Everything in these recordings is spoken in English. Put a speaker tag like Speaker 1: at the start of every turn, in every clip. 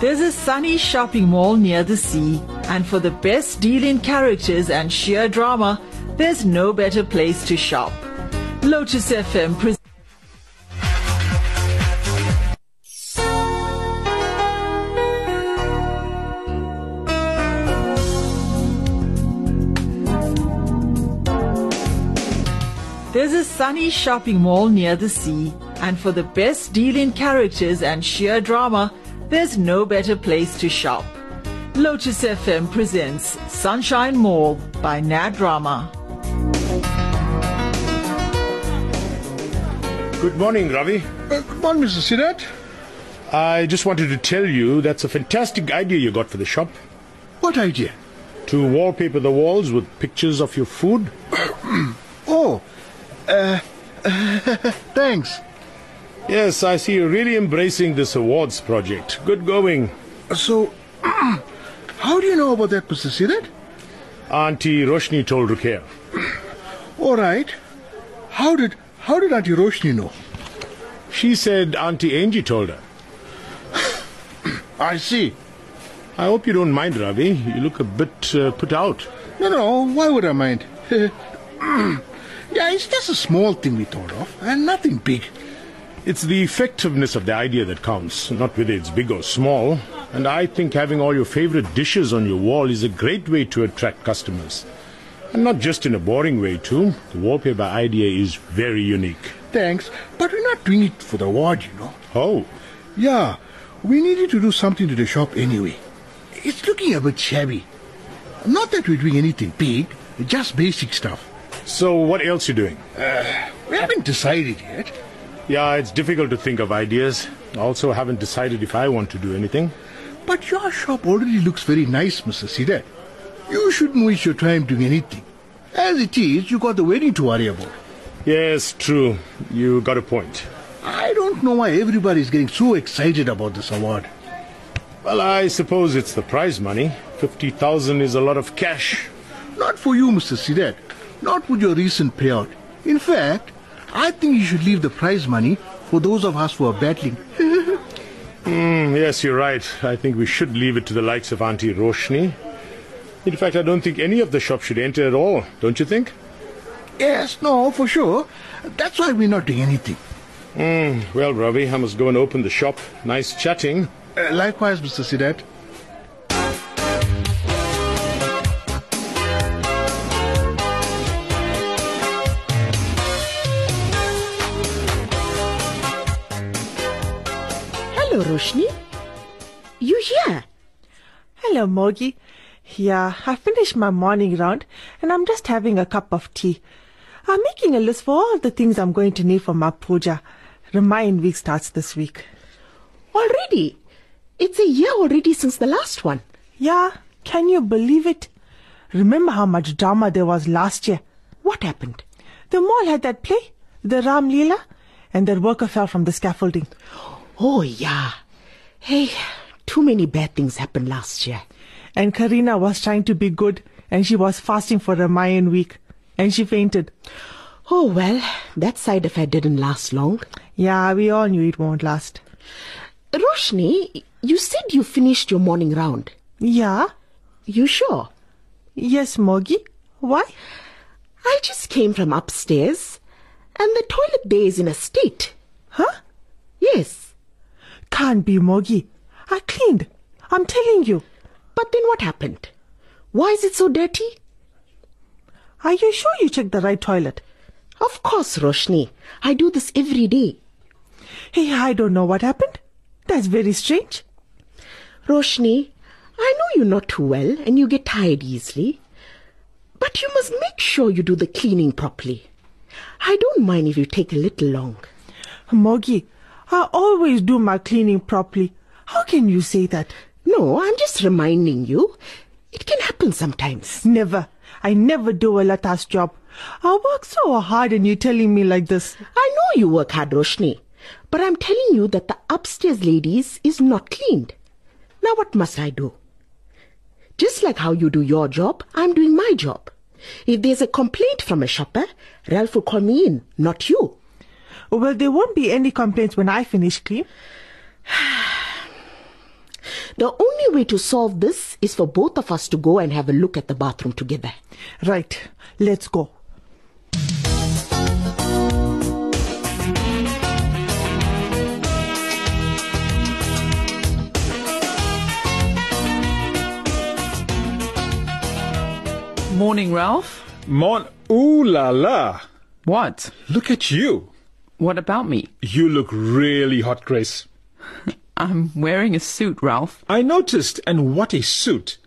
Speaker 1: There's a sunny shopping mall near the sea, and for the best deal in characters and sheer drama, there's no better place to shop. Lotus FM presents. There's a sunny shopping mall near the sea, and for the best deal in characters and sheer drama, there's no better place to shop. Lotus FM presents Sunshine Mall by Nad Drama.
Speaker 2: Good morning, Ravi.
Speaker 3: Uh, Good morning, Mr. Sirat.
Speaker 2: I just wanted to tell you that's a fantastic idea you got for the shop.
Speaker 3: What idea?
Speaker 2: To wallpaper the walls with pictures of your food.
Speaker 3: Oh, uh, thanks.
Speaker 2: Yes, I see you're really embracing this awards project. Good going.
Speaker 3: So, how do you know about that, Mr. Sirat?
Speaker 2: Auntie Roshni told Rukia.
Speaker 3: All right. How did how did Auntie Roshni know?
Speaker 2: She said Auntie Angie told her.
Speaker 3: I see.
Speaker 2: I hope you don't mind, Ravi. You look a bit uh, put out.
Speaker 3: No, no. Why would I mind? yeah, it's just a small thing we thought of, and nothing big.
Speaker 2: It's the effectiveness of the idea that counts, not whether it's big or small. And I think having all your favorite dishes on your wall is a great way to attract customers. And not just in a boring way, too. The wallpaper idea is very unique.
Speaker 3: Thanks, but we're not doing it for the award, you know.
Speaker 2: Oh,
Speaker 3: Yeah, we needed to do something to the shop anyway. It's looking a bit shabby. Not that we're doing anything big, just basic stuff.
Speaker 2: so what else you doing?
Speaker 3: We haven't decided yet.
Speaker 2: Yeah, it's difficult to think of ideas. I also haven't decided if I want to do anything.
Speaker 3: But your shop already looks very nice, Mr. Sidat. You shouldn't waste your time doing anything. As it is, you got the wedding to worry about.
Speaker 2: Yes, true. You got a point.
Speaker 3: I don't know why everybody's getting so excited about this award.
Speaker 2: Well, I suppose it's the prize money. 50,000 is a lot of cash.
Speaker 3: Not for you, Mr. Sidat. Not with your recent payout. In fact, I think you should leave the prize money for those of us who are battling.
Speaker 2: Mm, Yes, you're right. I think we should leave it to the likes of Auntie Roshni. In fact, I don't think any of the shops should enter at all, don't you think?
Speaker 3: yes, no, for sure. That's why we're not doing anything.
Speaker 2: Well, Ravi, I must go and open the shop. Nice chatting.
Speaker 3: Uh, likewise, Mr. Sidat.
Speaker 4: Hello, Roshni. You here?
Speaker 5: Hello, Mogi. Yeah, I finished my morning round and I'm just having a cup of tea. I'm making a list for all the things I'm going to need for my puja. Ramayan week starts this week.
Speaker 4: Already? It's a year already since the last one.
Speaker 5: Yeah, can you believe it? Remember how much drama there was last year?
Speaker 4: What happened?
Speaker 5: The mall had that play, the Ram Leela, and that worker fell from the scaffolding.
Speaker 4: Oh, yeah. Hey, too many bad things happened last year.
Speaker 5: And Karina was trying to be good and she was fasting for Ramayan week and she fainted.
Speaker 4: Oh, well, that side affair didn't last long.
Speaker 5: Yeah, we all knew it won't last.
Speaker 4: Roshni, you said you finished your morning round.
Speaker 5: Yeah?
Speaker 4: You sure?
Speaker 5: Yes, Mogi. Why?
Speaker 4: I just came from upstairs and the toilet there is in a state.
Speaker 5: Huh?
Speaker 4: Yes.
Speaker 5: Can't be, Mogi. I cleaned. I'm telling you.
Speaker 4: But then what happened? Why is it so dirty?
Speaker 5: Are you sure you checked the right toilet?
Speaker 4: Of course, Roshni. I do this every day.
Speaker 5: Hey, I don't know what happened. That's very strange.
Speaker 4: Roshni, I know you're not too well and you get tired easily, but you must make sure you do the cleaning properly. I don't mind if you take a little long.
Speaker 5: Mogi, I always do my cleaning properly. How can you say that?
Speaker 4: No, I'm just reminding you. It can happen sometimes.
Speaker 5: Never. I never do a latas job. I work so hard and you're telling me like this.
Speaker 4: I know you work hard, Roshni, but I'm telling you that the upstairs ladies is not cleaned. Now what must I do? Just like how you do your job, I'm doing my job. If there's a complaint from a shopper, Ralph will call me in, not you.
Speaker 5: Well, there won't be any complaints when I finish clean.
Speaker 4: The only way to solve this is for both of us to go and have a look at the bathroom together.
Speaker 5: Right, let's go.
Speaker 6: Morning, Ralph.
Speaker 7: Mon, ooh la la.
Speaker 6: What?
Speaker 7: Look at you.
Speaker 6: What about me?
Speaker 7: You look really hot, Grace.
Speaker 6: I'm wearing a suit, Ralph.
Speaker 7: I noticed, and what a suit.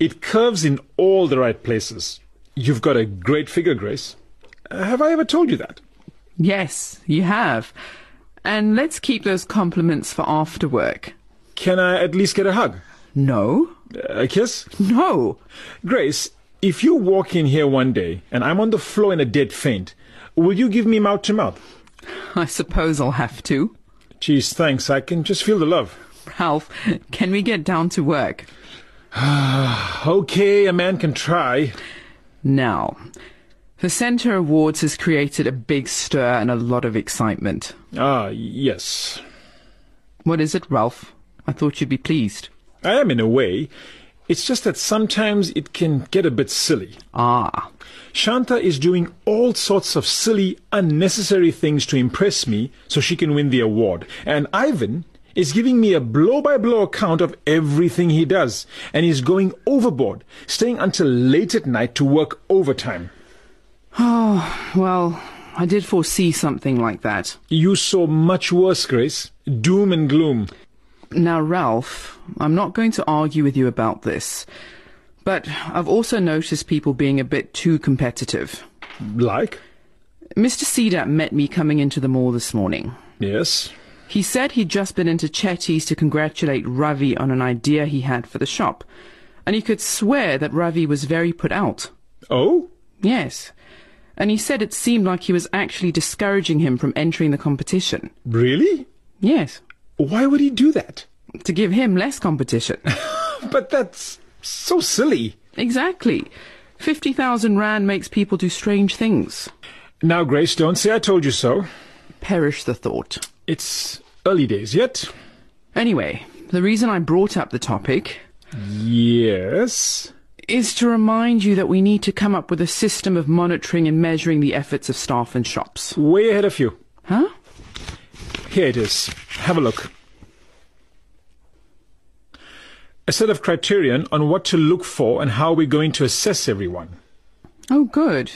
Speaker 7: It curves in all the right places. You've got a great figure, Grace. Uh, Have I ever told you that?
Speaker 6: Yes, you have. And let's keep those compliments for after work.
Speaker 7: Can I at least get a hug?
Speaker 6: No,
Speaker 7: A kiss?
Speaker 6: no.
Speaker 7: Grace, if you walk in here one day and I'm on the floor in a dead faint, will you give me mouth to mouth?
Speaker 6: I suppose I'll have to.
Speaker 7: Geez, thanks. I can just feel the love.
Speaker 6: Ralph, can we get down to work?
Speaker 7: Okay, a man can try.
Speaker 6: Now, the Centre Awards has created a big stir and a lot of excitement.
Speaker 7: Ah, yes.
Speaker 6: What is it, Ralph? I thought you'd be pleased.
Speaker 7: I am in a way. It's just that sometimes it can get a bit silly.
Speaker 6: Ah,
Speaker 7: Shanta is doing all sorts of silly, unnecessary things to impress me so she can win the award. And Ivan is giving me a blow by blow account of everything he does. And he's going overboard, staying until late at night to work overtime.
Speaker 6: well, I did foresee something like that.
Speaker 7: You saw much worse, Grace. Doom and gloom.
Speaker 6: Now, Ralph, I'm not going to argue with you about this, but I've also noticed people being a bit too competitive.
Speaker 7: Like?
Speaker 6: Mr. Cedar met me coming into the mall this morning.
Speaker 7: Yes.
Speaker 6: He said he'd just been into Chetty's to congratulate Ravi on an idea he had for the shop, and he could swear that Ravi was very put out.
Speaker 7: Oh?
Speaker 6: Yes. And he said it seemed like he was actually discouraging him from entering the competition.
Speaker 7: Really?
Speaker 6: Yes.
Speaker 7: Why would he do that?
Speaker 6: To give him less competition.
Speaker 7: But that's so silly.
Speaker 6: Exactly. 50,000 Rand makes people do strange things.
Speaker 7: Now, Grace, don't say I told you so.
Speaker 6: Perish the thought.
Speaker 7: It's early days yet.
Speaker 6: Anyway, the reason I brought up the topic
Speaker 7: Yes.
Speaker 6: is to remind you that we need to come up with a system of monitoring and measuring the efforts of staff and shops.
Speaker 7: Way ahead of you.
Speaker 6: Huh?
Speaker 7: Here it is. Have a look. A set of criterion on what to look for and how we're going to assess everyone.
Speaker 6: Oh, good.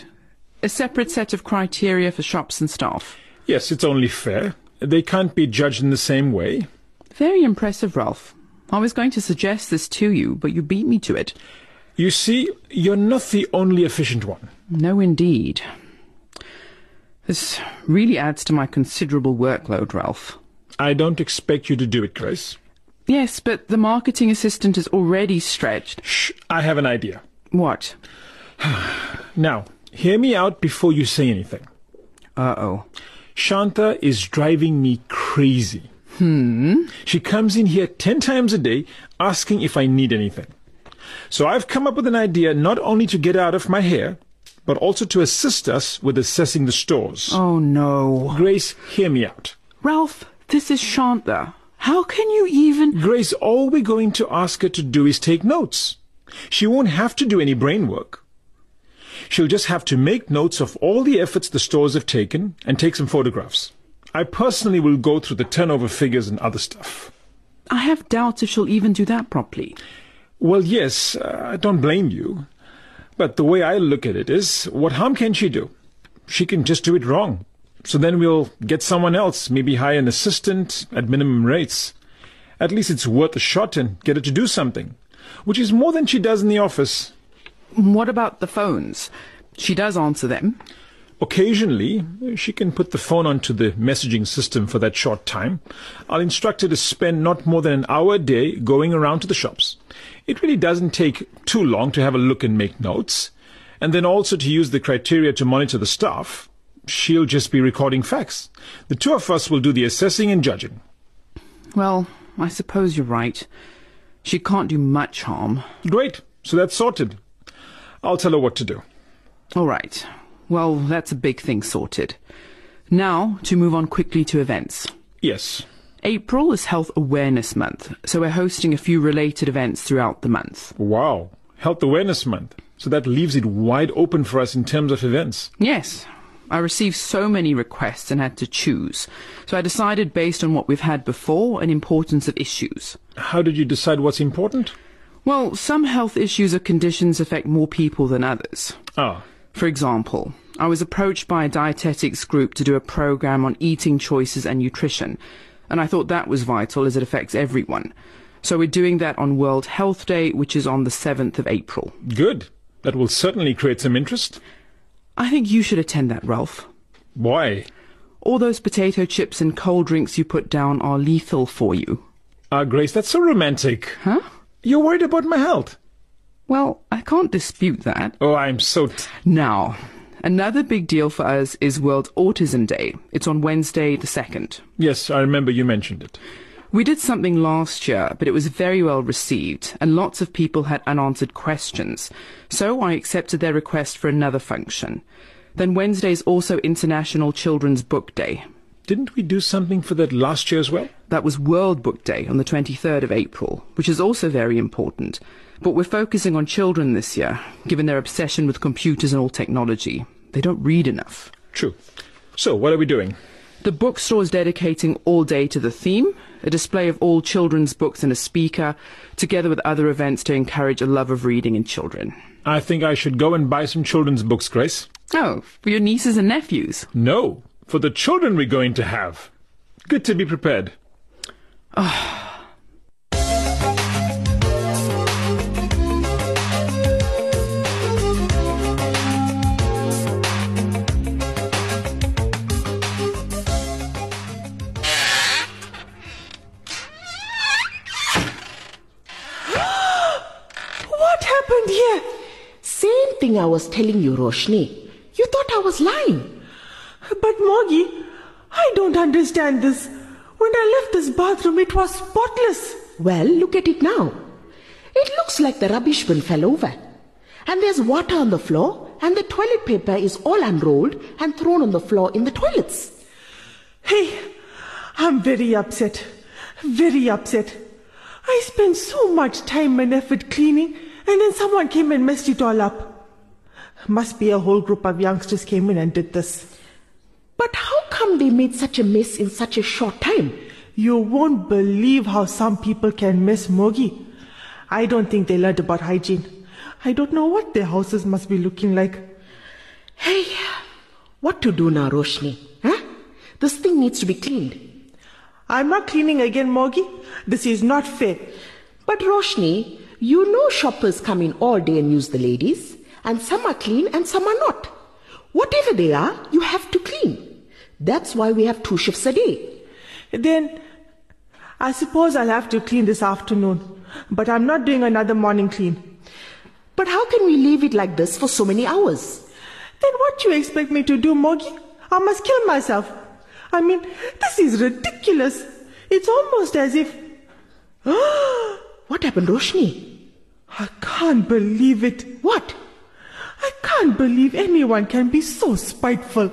Speaker 6: A separate set of criteria for shops and staff.
Speaker 7: Yes, it's only fair. They can't be judged in the same way.
Speaker 6: Very impressive, Ralph. I was going to suggest this to you, but you beat me to it.
Speaker 7: You see, you're not the only efficient one.
Speaker 6: No, indeed. This really adds to my considerable workload, Ralph.
Speaker 7: I don't expect you to do it, Grace.
Speaker 6: Yes, but the marketing assistant is already stretched.
Speaker 7: Shh, I have an idea.
Speaker 6: What?
Speaker 7: Now, hear me out before you say anything.
Speaker 6: Uh oh.
Speaker 7: Shanta is driving me crazy. Hmm. She comes in here 10 times a day asking if I need anything. So I've come up with an idea not only to get out of my hair, but also to assist us with assessing the stores.
Speaker 6: Oh no.
Speaker 7: Grace, hear me out.
Speaker 6: Ralph, this is Shanta. How can you even.
Speaker 7: Grace, all we're going to ask her to do is take notes. She won't have to do any brain work. She'll just have to make notes of all the efforts the stores have taken and take some photographs. I personally will go through the turnover figures and other stuff.
Speaker 6: I have doubts if she'll even do that properly.
Speaker 7: Well, yes, uh, I don't blame you. But the way I look at it is, what harm can she do? She can just do it wrong. So then we'll get someone else, maybe hire an assistant at minimum rates. At least it's worth a shot and get her to do something, which is more than she does in the office.
Speaker 6: What about the phones? She does answer them.
Speaker 7: Occasionally, she can put the phone onto the messaging system for that short time. I'll instruct her to spend not more than an hour a day going around to the shops. It really doesn't take too long to have a look and make notes. And then also to use the criteria to monitor the staff. She'll just be recording facts. The two of us will do the assessing and judging.
Speaker 6: Well, I suppose you're right. She can't do much harm.
Speaker 7: Great. So that's sorted. I'll tell her what to do.
Speaker 6: All right. Well, that's a big thing sorted. Now, to move on quickly to events.
Speaker 7: Yes.
Speaker 6: April is Health Awareness Month, so we're hosting a few related events throughout the month.
Speaker 7: Wow. Health Awareness Month. So that leaves it wide open for us in terms of events.
Speaker 6: Yes, I received so many requests and had to choose, so I decided based on what we've had before and importance of issues.
Speaker 7: How did you decide what's important?
Speaker 6: Well, some health issues or conditions affect more people than others.
Speaker 7: Ah,
Speaker 6: For example, I was approached by a dietetics group to do a program on eating choices and nutrition, and I thought that was vital as it affects everyone. So we're doing that on World Health Day, which is on the 7th of April.
Speaker 7: good. That will certainly create some interest.
Speaker 6: I think you should attend that, Ralph.
Speaker 7: Why?
Speaker 6: All those potato chips and cold drinks you put down are lethal for you.
Speaker 7: Ah, Grace, that's so romantic.
Speaker 6: Huh?
Speaker 7: You're worried about my health.
Speaker 6: Well, I can't dispute that.
Speaker 7: Oh, I'm so. T-
Speaker 6: Now, another big deal for us is World Autism Day. It's on Wednesday the 2nd.
Speaker 7: yes, I remember you mentioned it.
Speaker 6: We did something last year, but it was very well received, and lots of people had unanswered questions. So I accepted their request for another function. Then Wednesday is also International Children's Book Day.
Speaker 7: Didn't we do something for that last year as well?
Speaker 6: That was World Book Day on the 23rd of April, which is also very important. But we're focusing on children this year, given their obsession with computers and all technology. They don't read enough.
Speaker 7: True. So, what are we doing?
Speaker 6: The bookstore is dedicating all day to the theme, a display of all children's books and a speaker, together with other events to encourage a love of reading in children.
Speaker 7: I think I should go and buy some children's books, Grace.
Speaker 6: Oh, for your nieces and nephews.
Speaker 7: No, for the children we're going to have. Good to be prepared.
Speaker 5: What happened here?
Speaker 4: Same thing I was telling you, Roshni. You thought I was lying.
Speaker 5: But Moggy, I don't understand this. When I left this bathroom, it was spotless.
Speaker 4: Well, look at it now. It looks like the rubbish bin fell over. And there's water on the floor, and the toilet paper is all unrolled and thrown on the floor in the toilets.
Speaker 5: Hey, I'm very upset. Very upset. I spent so much time and effort cleaning, and then someone came and messed it all up. Must be a whole group of youngsters came in and did this.
Speaker 4: But how come they made such a mess in such a short time?
Speaker 5: You won't believe how some people can miss Mogi. I don't think they learned about hygiene. I don't know what their houses must be looking like.
Speaker 4: Hey, what to do now, Roshni? Huh? This thing needs to be cleaned.
Speaker 5: I'm not cleaning again, Mogi. This is not fair.
Speaker 4: But Roshni, you know shoppers come in all day and use the ladies, and some are clean and some are not. Whatever they are, you have to clean. That's why we have two shifts a day.
Speaker 5: Then I suppose I'll have to clean this afternoon, but I'm not doing another morning clean.
Speaker 4: But how can we leave it like this for so many hours?
Speaker 5: Then what you expect me to do, Moggy? I must kill myself. I mean, this is ridiculous. It's almost as if
Speaker 4: What happened, Roshni?
Speaker 5: I can't believe it.
Speaker 4: What?
Speaker 5: I can't believe anyone can be so spiteful.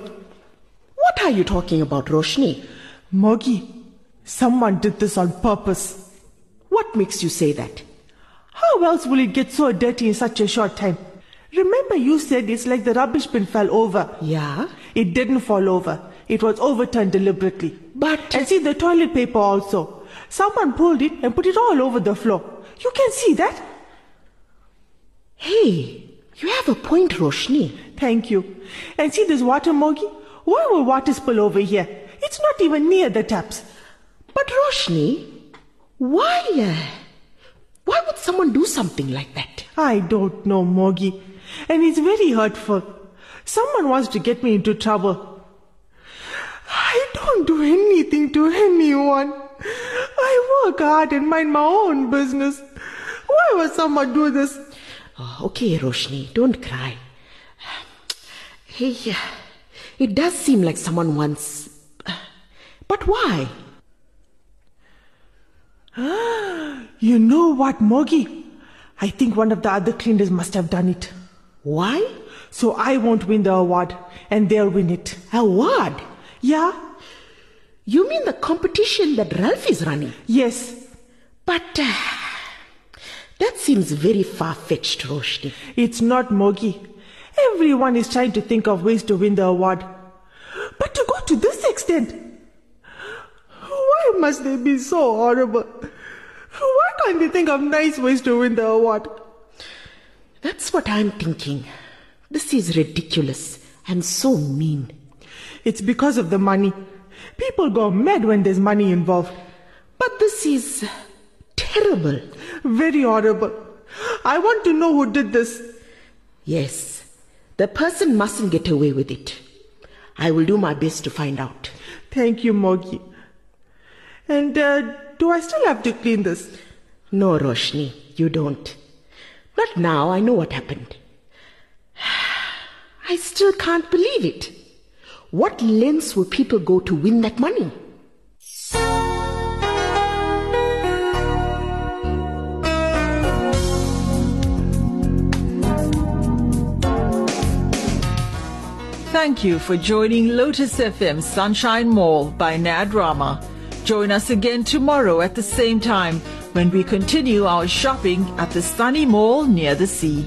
Speaker 4: What are you talking about, Roshni?
Speaker 5: Moggy, someone did this on purpose.
Speaker 4: What makes you say that?
Speaker 5: How else will it get so dirty in such a short time? Remember you said it's like the rubbish bin fell over.
Speaker 4: Yeah,
Speaker 5: It didn't fall over. It was overturned deliberately.
Speaker 4: But-
Speaker 5: And see the toilet paper also. Someone pulled it and put it all over the floor. You can see that?
Speaker 4: Hey, you have a point, Roshni.
Speaker 5: Thank you. And see this water, Mogi? Why will water spill over here? It's not even near the taps.
Speaker 4: But Roshni, why? Uh, why would someone do something like that?
Speaker 5: I don't know, Mogi. And it's very hurtful. Someone wants to get me into trouble. I don't do anything to anyone. I work hard and mind my own business. Why would someone do this?
Speaker 4: Oh, okay, Roshni, don't cry. Hey, uh, it does seem like someone wants. But why?
Speaker 5: You know what, Mogi? I think one of the other cleaners must have done it.
Speaker 4: Why?
Speaker 5: So I won't win the award, and they'll win it.
Speaker 4: Award?
Speaker 5: Yeah?
Speaker 4: You mean the competition that Ralph is running?
Speaker 5: Yes,
Speaker 4: But uh, that seems very far fetched, Roshni.
Speaker 5: it's not Mogi. Everyone is trying to think of ways to win the award. But to go to this extent, why must they be so horrible? Why can't they think of nice ways to win the award?
Speaker 4: That's what I'm thinking. This is ridiculous and so mean.
Speaker 5: It's because of the money. People go mad when there's money involved.
Speaker 4: But this is terrible.
Speaker 5: Very horrible. I want to know who did this.
Speaker 4: Yes, the person mustn't get away with it. I will do my best to find out.
Speaker 5: Thank you, Mogi. And uh, do I still have to clean this?
Speaker 4: No, Roshni, you don't. Not now, I know what happened. I still can't believe it. What lengths will people go to win that money?
Speaker 1: Thank you for joining Lotus FM Sunshine Mall by Nad Rama. Join us again tomorrow at the same time when we continue our shopping at the sunny mall near the sea.